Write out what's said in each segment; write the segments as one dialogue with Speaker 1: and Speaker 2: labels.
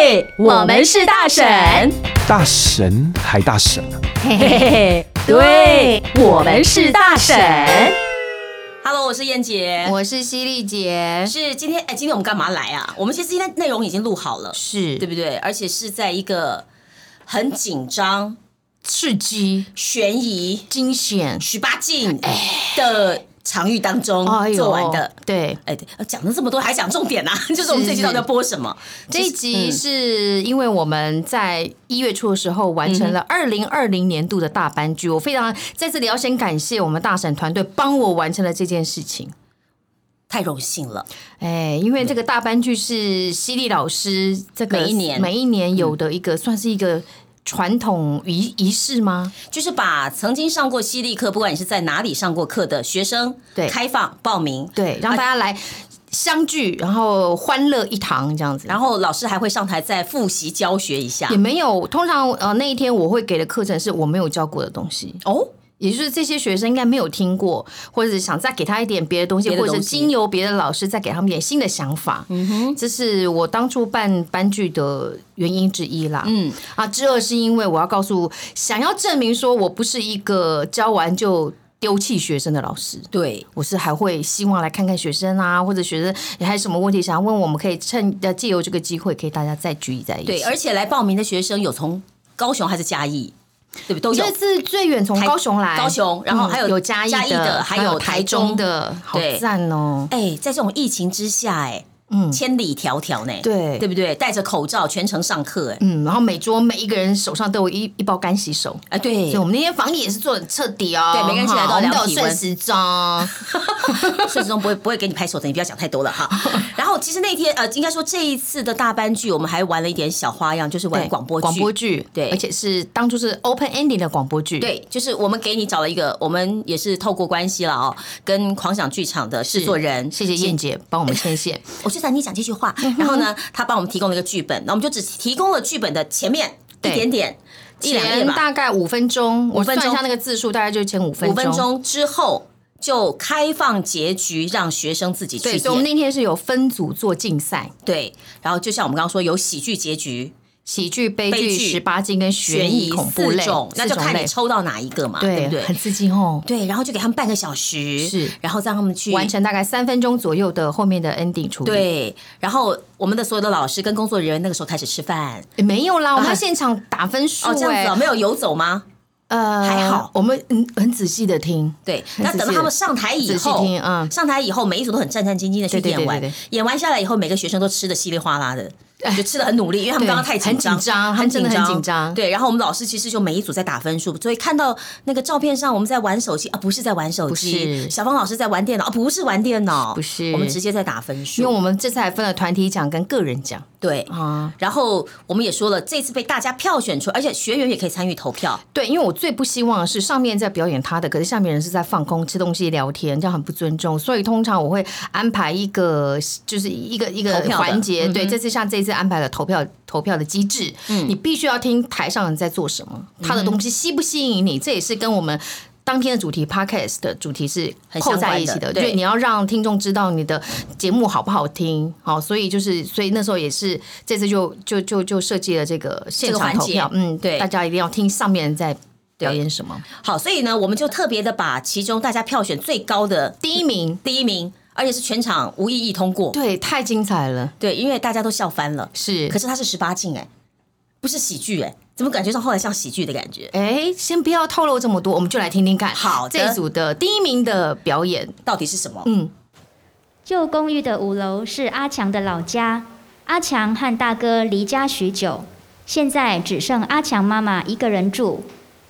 Speaker 1: 嘿，我们是大婶，
Speaker 2: 大神还大神啊！
Speaker 1: 嘿嘿嘿，对，我们是大婶。
Speaker 3: Hello，我是燕姐。
Speaker 4: 我是犀利姐，
Speaker 3: 是今天哎，今天我们干嘛来啊？我们其实今天内容已经录好了，
Speaker 4: 是
Speaker 3: 对不对？而且是在一个很紧张、
Speaker 4: 刺激、
Speaker 3: 悬疑、
Speaker 4: 惊险，
Speaker 3: 十八禁
Speaker 1: 哎
Speaker 3: 的场域当中做完的。
Speaker 1: 嗯
Speaker 4: 对。
Speaker 3: 哎，对，讲了这么多，还讲重点呐、啊？ 就是我们这一集到底要播什么？
Speaker 4: 这一集是因为我们在一月初的时候完成了
Speaker 1: 嗯
Speaker 4: 二零二零年度的大班剧，我非常在这里要先感谢我们大婶团队帮我完成了这件事情。
Speaker 3: 太荣幸了，
Speaker 4: 哎，因为这个大班剧是犀利老师这个
Speaker 3: 每一年
Speaker 4: 每一年有的一个、算是一个传统仪仪式吗？
Speaker 3: 就是把曾经上过犀利课，不管你是在哪里上过课的学生，
Speaker 4: 对
Speaker 3: 开放报名，
Speaker 4: 对，让大家来相聚，然后欢乐一堂这样子。
Speaker 3: 然后老师还会上台再复习教学一下
Speaker 4: 也。没有，通常呃那一天我会给的课程是我没有教过的东西，
Speaker 3: 哦，
Speaker 4: 也就是这些学生应该没有听过，或者是想再给他一点别的东西，
Speaker 3: 别的
Speaker 4: 或者
Speaker 3: 东
Speaker 4: 是
Speaker 3: 西
Speaker 4: 经由别的老师再给他们点新的想法。嗯哼，这是我当初办班剧的原因之一啦。嗯啊，之二是因为我要告诉，想要证明说我不是一个教完就丢弃学生的老师。
Speaker 3: 对，
Speaker 4: 我是还会希望来看看学生啊，或者学生你还有什么问题想要问，我们可以趁呃借由这个机会，可以大家再聚在一起。
Speaker 3: 对，而且来报名的学生有从高雄还是嘉义，对不对？都有
Speaker 4: 这。次最远从
Speaker 3: 台
Speaker 4: 高雄来，嗯
Speaker 3: 高雄然后还有
Speaker 4: 有嘉义
Speaker 3: 嘉义的还有
Speaker 4: 台
Speaker 3: 台中
Speaker 4: 的，好
Speaker 3: 对
Speaker 4: 赞哦！
Speaker 3: 哎、在这种疫情之下、哎，
Speaker 4: 嗯
Speaker 3: 千里迢迢呢，
Speaker 4: 对
Speaker 3: 对不对？戴着口罩全程上课、哎、
Speaker 4: 嗯，然后每桌每一个人手上都有一一包干洗手，
Speaker 3: 啊，
Speaker 4: 所
Speaker 3: 对
Speaker 4: 以我，们那天防疫也是做得很彻底哦。
Speaker 3: 对每个人起来都要
Speaker 4: 哈我们都
Speaker 3: 量
Speaker 4: 有
Speaker 3: 体温
Speaker 4: 顺时钟，
Speaker 3: 顺时钟不会不会给你拍手的，你不要讲太多了 哈。然后其实那天呃，应该说这一次的大班剧，我们还玩了一点小花样，就是玩
Speaker 4: 对
Speaker 3: 广播剧。
Speaker 4: 广播剧，
Speaker 3: 对
Speaker 4: 而且是当初是 open ending 的广播剧，，
Speaker 3: 对，就是我们给你找了一个，我们也是透过关系了哦，跟狂想剧场的制作人，
Speaker 4: 谢谢燕姐帮我们牵线，
Speaker 3: 我就想你讲这句话，
Speaker 4: 嗯
Speaker 3: 然后呢，他帮我们提供了一个剧本，那我们就只提供了剧本的前面一
Speaker 4: 对
Speaker 3: 点点，一两页
Speaker 4: 前
Speaker 3: 吧，
Speaker 4: 大概五分钟，我
Speaker 3: 分
Speaker 4: 算
Speaker 3: 钟
Speaker 4: 一下那个字数，大概就前五分
Speaker 3: 五分钟之后就开放结局，让学生自己去
Speaker 4: 对，所以我们
Speaker 3: 演。
Speaker 4: 那天是有分组做竞赛，
Speaker 3: 对，然后就像我们刚刚说，有喜剧结局、
Speaker 4: 喜剧、悲
Speaker 3: 悲
Speaker 4: 剧、
Speaker 3: 剧
Speaker 4: 十八禁跟悬
Speaker 3: 悬
Speaker 4: 疑、
Speaker 3: 疑
Speaker 4: 恐怖
Speaker 3: 四
Speaker 4: 类，
Speaker 3: 种，那就
Speaker 4: 四种
Speaker 3: 看你
Speaker 4: 类
Speaker 3: 抽到哪一个嘛，
Speaker 4: 对
Speaker 3: 不
Speaker 4: 很
Speaker 3: 对？
Speaker 4: 刺激哦。
Speaker 3: 对，然后就给他们半个小时，
Speaker 4: 是
Speaker 3: 然后让他们去
Speaker 4: 完。成大概三分钟左右的后面的 ending 处理。
Speaker 3: 嗯对，然后我们的所有的老师跟工作人员那个时候开始吃饭。
Speaker 4: 诶，没有啦，我们要现场打分数、
Speaker 3: 啊哦，这样
Speaker 4: 诶
Speaker 3: 子哦，没有游走吗？
Speaker 4: 呃，
Speaker 3: 还好
Speaker 4: 我们嗯很仔细的听，
Speaker 3: 对，
Speaker 4: 很
Speaker 3: 那
Speaker 4: 仔
Speaker 3: 等到
Speaker 4: 细
Speaker 3: 他们
Speaker 4: 地
Speaker 3: 上台以
Speaker 4: 仔细
Speaker 3: 后，
Speaker 4: 听嗯
Speaker 3: 上台以后每一组都很战战兢兢的去
Speaker 4: 对对
Speaker 3: 演完
Speaker 4: 对对对，
Speaker 3: 演完下来以后，每个学生都吃的稀里哗啦的，就吃的很努力，因为他们
Speaker 4: 对
Speaker 3: 刚刚太紧张，
Speaker 4: 很紧张他们真的很紧张
Speaker 3: 对，然后我们老师其实就每一组在打分数，所以看到那个照片上我们在玩手机啊，不是在玩手机，
Speaker 4: 不是
Speaker 3: 小芳老师在玩电脑啊，不是玩电脑，
Speaker 4: 不是
Speaker 3: 我们直接在打分
Speaker 4: 因为
Speaker 3: 数，
Speaker 4: 我们这次还分了团体奖跟个人奖
Speaker 3: 对。
Speaker 4: 啊。
Speaker 3: 然后我们也说了，这次被大家票选出，而且学员也可以参与投票，
Speaker 4: 对，因为我最不希望的是上面在表演他的，可是下面人是在放空、吃东西、聊天，这样很不尊重。所以通常我会安排一个，就是一个一个
Speaker 3: 投票的
Speaker 4: 环节。
Speaker 3: 嗯
Speaker 4: 对，这次像这次安排了投票投票的机制，你必须要听台上人在做什么，他
Speaker 3: 嗯
Speaker 4: 的东西吸不吸引你，这也是跟我们。当天的主题 podcast 的主题是
Speaker 3: 很相
Speaker 4: 扣在
Speaker 3: 关
Speaker 4: 一起
Speaker 3: 的
Speaker 4: 的，
Speaker 3: 对
Speaker 4: 对，你要让听众知道你的节目好不好听，好，所以就是，所以那时候也是这次就就就就设计了这个现
Speaker 3: 这个
Speaker 4: 场
Speaker 3: 环
Speaker 4: 投
Speaker 3: 节
Speaker 4: 票，嗯，
Speaker 3: 对
Speaker 4: 大家一定要听上面人在表演什么。
Speaker 3: 好，所以呢，我们就特别的把其中大家票选最高的
Speaker 4: 第一名，
Speaker 3: 第一名，而且是全场无异议通过。
Speaker 4: 对，太精彩了，
Speaker 3: 对，因为大家都笑翻了。
Speaker 4: 是
Speaker 3: 可。是它是十八禁哎、不是喜剧哎、怎么感觉上后来像喜剧的感觉？
Speaker 4: 哎，先不要透露这么多，我们就来听听看。
Speaker 3: 好的
Speaker 4: 这一组的第一名的表演，
Speaker 3: 到底是什么？
Speaker 4: 嗯，
Speaker 5: 旧公寓的五楼是阿强的老家。阿强和大哥离家许久，现在只剩阿强妈妈一个人住。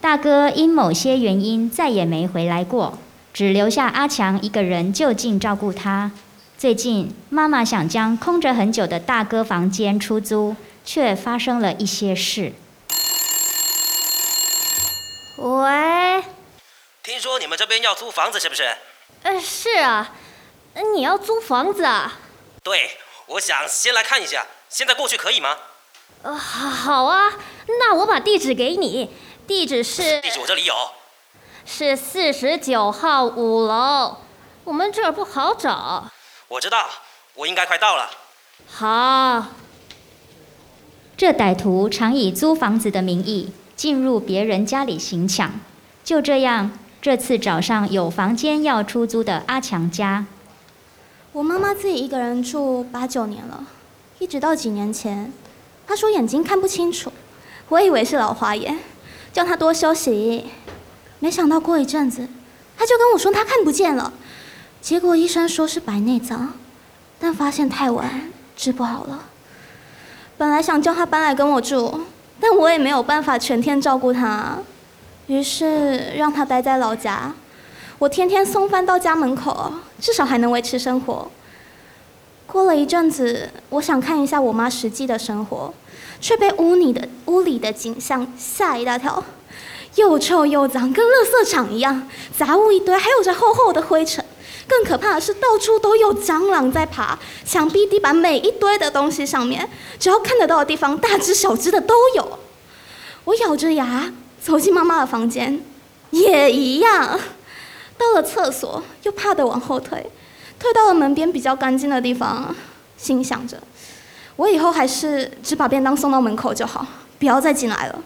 Speaker 5: 大哥因某些原因再也没回来过，只留下阿强一个人就近照顾他。最近，妈妈想将空着很久的大哥房间出租，却发生了一些事。
Speaker 6: 喂，
Speaker 7: 听说你们这边要租房子是不是？
Speaker 6: 呃，是啊，呃你要租房子啊？
Speaker 7: 对，我想先来看一下，现在过去可以吗？
Speaker 6: 呃，好好啊，那我把地址给你，地址是
Speaker 7: 地址我这里有。
Speaker 6: 是四十九号五楼，我们这儿不好找。
Speaker 7: 我知道，我应该快到了。
Speaker 6: 好，
Speaker 5: 这歹徒常以租房子的名义进入别人家里行抢。就这样，这次找上有房间要出租的阿强家。
Speaker 8: 我妈妈自己一个人住八九年了，一直到几年前，她说眼睛看不清楚，我以为是老花眼，叫她多休息。没想到过一阵子，她就跟我说她看不见了，结果医生说是白内障，但发现太晚，治不好了。本来想叫她搬来跟我住，但我也没有办法全天照顾她，于是让她待在老家。我天天送饭到家门口，至少还能维持生活。过了一阵子，我想看一下我妈实际的生活，却被屋里的屋里的景象吓一大跳，又臭又脏，跟垃圾场一样，杂物一堆，还有着厚厚的灰尘。更可怕的是，到处都有蟑螂在爬，墙壁、地板每一堆的东西上面，只要看得到的地方，大只小只的都有。我咬着牙走进妈妈的房间，也一样。到了厕所，又怕得往后退，退到了门边比较干净的地方，心想着，我以后还是只把便当送到门口就好，不要再进来了。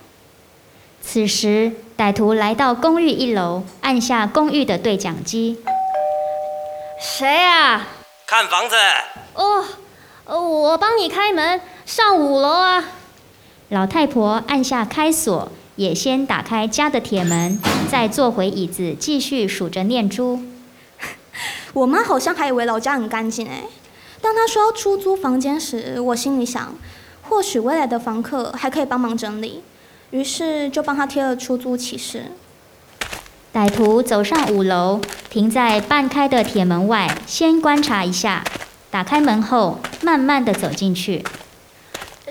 Speaker 5: 此时，歹徒来到公寓一楼，按下公寓的对讲机。
Speaker 6: 谁呀、
Speaker 7: 看房子，
Speaker 6: 哦，哦，我帮你开门，上五楼啊。
Speaker 5: 老太婆按下开锁，也先打开家的铁门，再坐回椅子，继续数着念珠。
Speaker 8: 我妈好像还以为老家很干净哎。当她说要出租房间时，我心里想，或许未来的房客还可以帮忙整理，于是就帮她贴了出租启事。
Speaker 5: 歹徒走上五楼，停在半开的铁门外，先观察一下。打开门后，慢慢的走进去。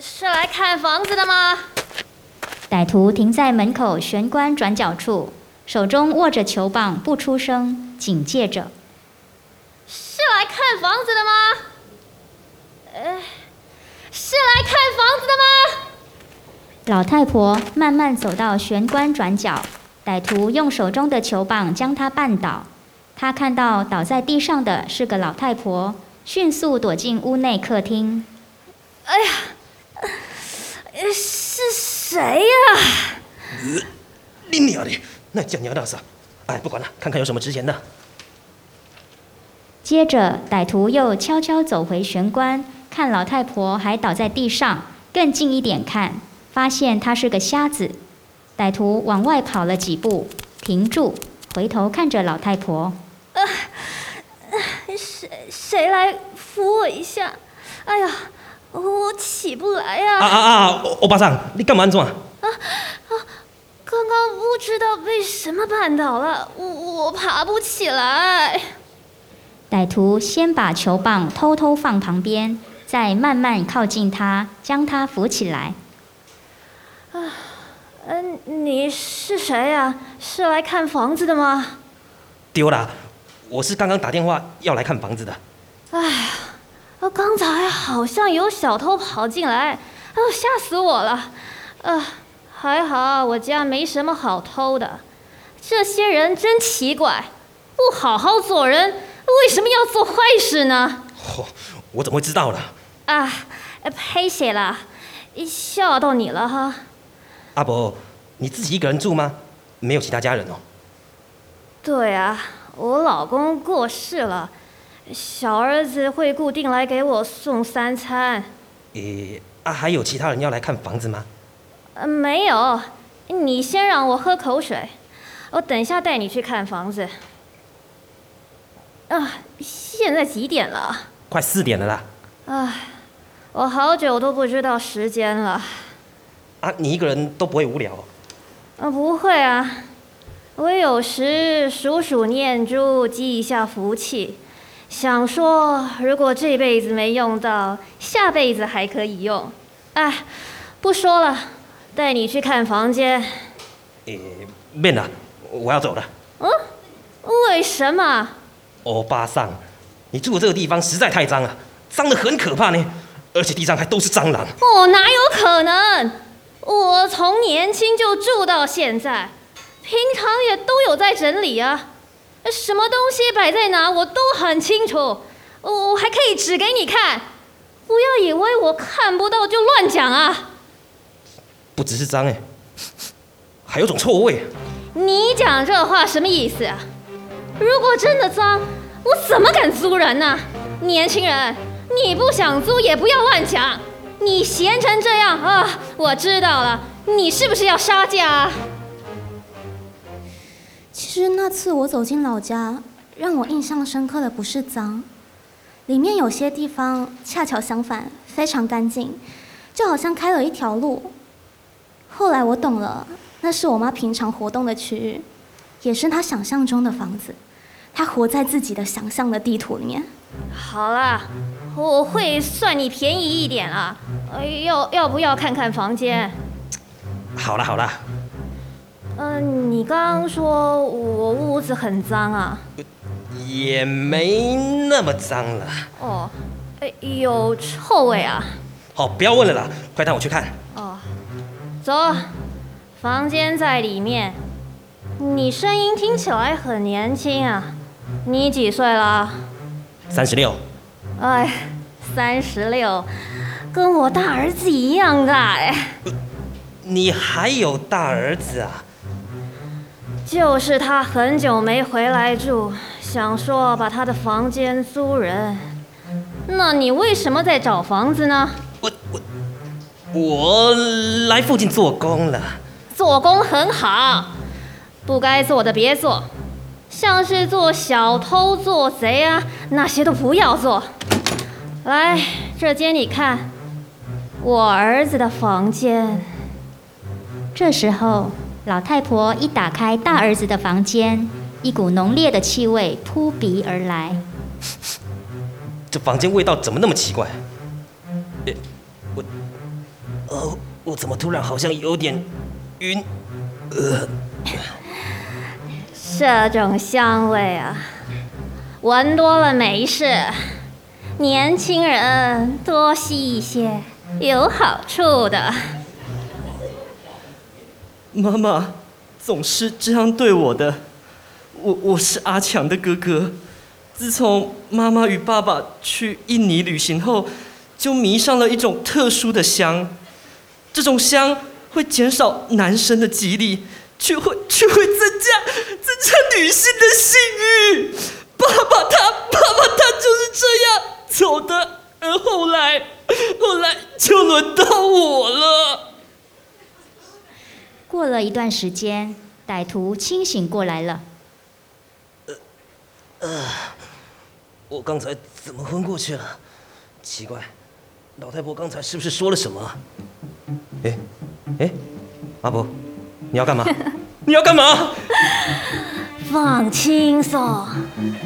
Speaker 6: 是来看房子的吗？
Speaker 5: 歹徒停在门口玄关转角处，手中握着球棒，不出声，警戒着。
Speaker 6: 是来看房子的吗？呃，是来看房子的吗？
Speaker 5: 老太婆慢慢走到玄关转角，歹徒用手中的球棒将她绊倒。她看到倒在地上的是个老太婆，迅速躲进屋内客厅。
Speaker 6: 哎呀，呃是谁呀、
Speaker 7: 你娘的，那叫娘的死！哎，不管了，看看有什么值钱的。
Speaker 5: 接着，歹徒又悄悄走回玄关，看老太婆还倒在地上，更近一点看，发现她是个瞎子。歹徒往外跑了几步，停住，回头看着老太婆。
Speaker 6: 谁谁来扶我一下？哎呀，我起不来呀、
Speaker 7: 啊啊啊！欧巴桑，你干嘛这啊样？
Speaker 6: 刚刚不知道被什么绊倒了，我我爬不起来。
Speaker 5: 歹徒先把球棒偷偷放旁边，再慢慢靠近她，将她扶起来。
Speaker 6: 嗯、你是谁呀、是来看房子的吗？
Speaker 7: 丢了！我是刚刚打电话要来看房子的。
Speaker 6: 啊，刚才好像有小偷跑进来，哦，吓死我了。呃，还好我家没什么好偷的。这些人真奇怪，不好好做人，为什么要做坏事呢？
Speaker 7: 嚯、我怎么会知道呢？
Speaker 6: 啊，呃呸血了，吓到你了哈。
Speaker 7: 阿伯，你自己一个人住吗？没有其他家人哦。
Speaker 6: 对啊，我老公过世了，小儿子会固定来给我送三餐。
Speaker 7: 诶，啊，还有其他人要来看房子吗？
Speaker 6: 呃，没有，你先让我喝口水，我等一下带你去看房子。啊，现在几点了？
Speaker 7: 快四点了啦！
Speaker 6: 我好久都不知道时间了。
Speaker 7: 啊，你一个人都不会无聊、哦。
Speaker 6: 啊，不会啊，我有时数数念珠，积一下福气，想说如果这辈子没用到，下辈子还可以用。哎，不说了，带你去看房间。
Speaker 7: 诶，面了，我要走了。
Speaker 6: 嗯为什么？
Speaker 7: 欧巴桑，你住的这个地方实在太脏了，啊脏的很可怕呢，而且地上还都是蟑螂。
Speaker 6: 我哦哪有可能？我从年轻就住到现在，平常也都有在整理啊，什么东西摆在哪我都很清楚，我还可以指给你看。不要以为我看不到就乱讲啊！
Speaker 7: 不只是脏哎，还有种臭味。
Speaker 6: 你讲这话什么意思啊？如果真的脏，我怎么敢租人呢、年轻人，你不想租也不要乱讲。你闲成这样啊，我知道了，你是不是要杀价啊？
Speaker 8: 其实那次我走进老家，让我印象深刻的不是脏，里面有些地方恰巧相反，非常干净，就好像开了一条路。后来我懂了，那是我妈平常活动的区域，也是她想象中的房子，她活在自己的想象的地图里面。
Speaker 6: 好啦，我会算你便宜一点啦。呃，要要不要看看房间？
Speaker 7: 好啦好啦，
Speaker 6: 嗯、你刚刚说我屋子很脏啊？
Speaker 7: 也没那么脏了。
Speaker 6: 哦，哎，有臭味啊？
Speaker 7: 好，不要问了啦，快带我去看。
Speaker 6: 哦，走，房间在里面。你声音听起来很年轻啊，你几岁了？
Speaker 7: 三十六，
Speaker 6: 哎，三十六，跟我大儿子一样大哎。
Speaker 7: 你还有大儿子啊？
Speaker 6: 就是他很久没回来住，想说把他的房间租人。那你为什么在找房子呢？
Speaker 7: 我我我来附近做工了。
Speaker 6: 做工很好，不该做的别做，像是做小偷、做贼啊那些都不要做。来，这间你看，我儿子的房间。
Speaker 5: 这时候，老太婆一打开大儿子的房间，一股浓烈的气味扑鼻而来。
Speaker 7: 这房间味道怎么那么奇怪？诶我，哦，我怎么突然好像有点晕？呃，
Speaker 6: 这种香味啊，闻多了没事。年轻人多吸一些，有好处的。
Speaker 9: 妈妈总是这样对我的。我我是阿强的哥哥。自从妈妈与爸爸去印尼旅行后，就迷上了一种特殊的香。这种香会减少男生的激励，却会却会增加增加女性的性欲。爸爸他爸爸他就是这样走的，而后来后来就轮到我了。
Speaker 5: 过了一段时间，歹徒清醒过来了。
Speaker 7: 我刚才怎么昏过去了？奇怪，老太婆刚才是不是说了什么啊？哎，哎，阿伯，你要干 嘛？你要干嘛？
Speaker 6: 放轻松，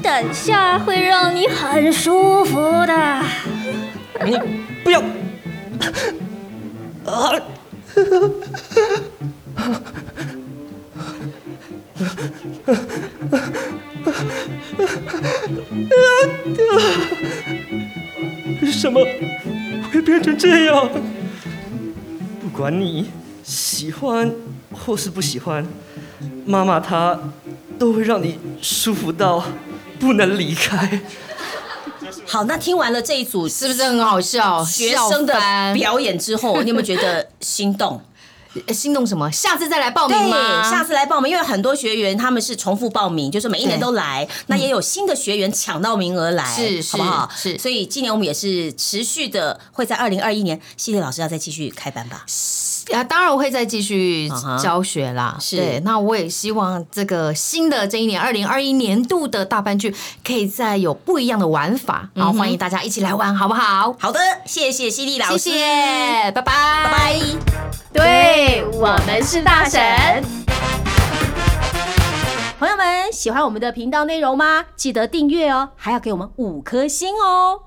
Speaker 6: 等下会让你很舒服的。
Speaker 7: 你不要啊！
Speaker 9: 为什么会变成这样？不管你喜欢或是不喜欢，妈妈她都会让你舒服到不能离开。
Speaker 3: 好，那听完了这一组
Speaker 4: 是不是很好笑？
Speaker 3: 学生的
Speaker 4: 笑翻
Speaker 3: 表演之后，你有没有觉得心 动？
Speaker 4: 呃心动什么？下次再来报名
Speaker 3: 对，
Speaker 4: 吗？
Speaker 3: 下次来报名，因为很多学员他们是重复报名，就是每一年
Speaker 4: 对嗯
Speaker 3: 都来，那也有新的学员抢到名额来，
Speaker 4: 是
Speaker 3: 好不好？
Speaker 4: 是是
Speaker 3: 所以今年我们也是持续的会在二零二一年，系列老师要再继续开班吧。
Speaker 4: 啊，当然我会再继续
Speaker 3: 啊哈
Speaker 4: 教学啦。
Speaker 3: 是
Speaker 4: 对，那我也希望这个新的这一年二零二一年度的大班剧可以再有不一样的玩法，然后欢迎大家一起来玩，好不好？
Speaker 3: 好的，谢谢犀利老
Speaker 4: 谢
Speaker 3: 师，
Speaker 4: 谢，拜拜
Speaker 3: 拜拜。
Speaker 1: 对我们是大神。朋友们，喜欢我们的频道内容吗？记得订阅哦，还要给我们五颗星哦。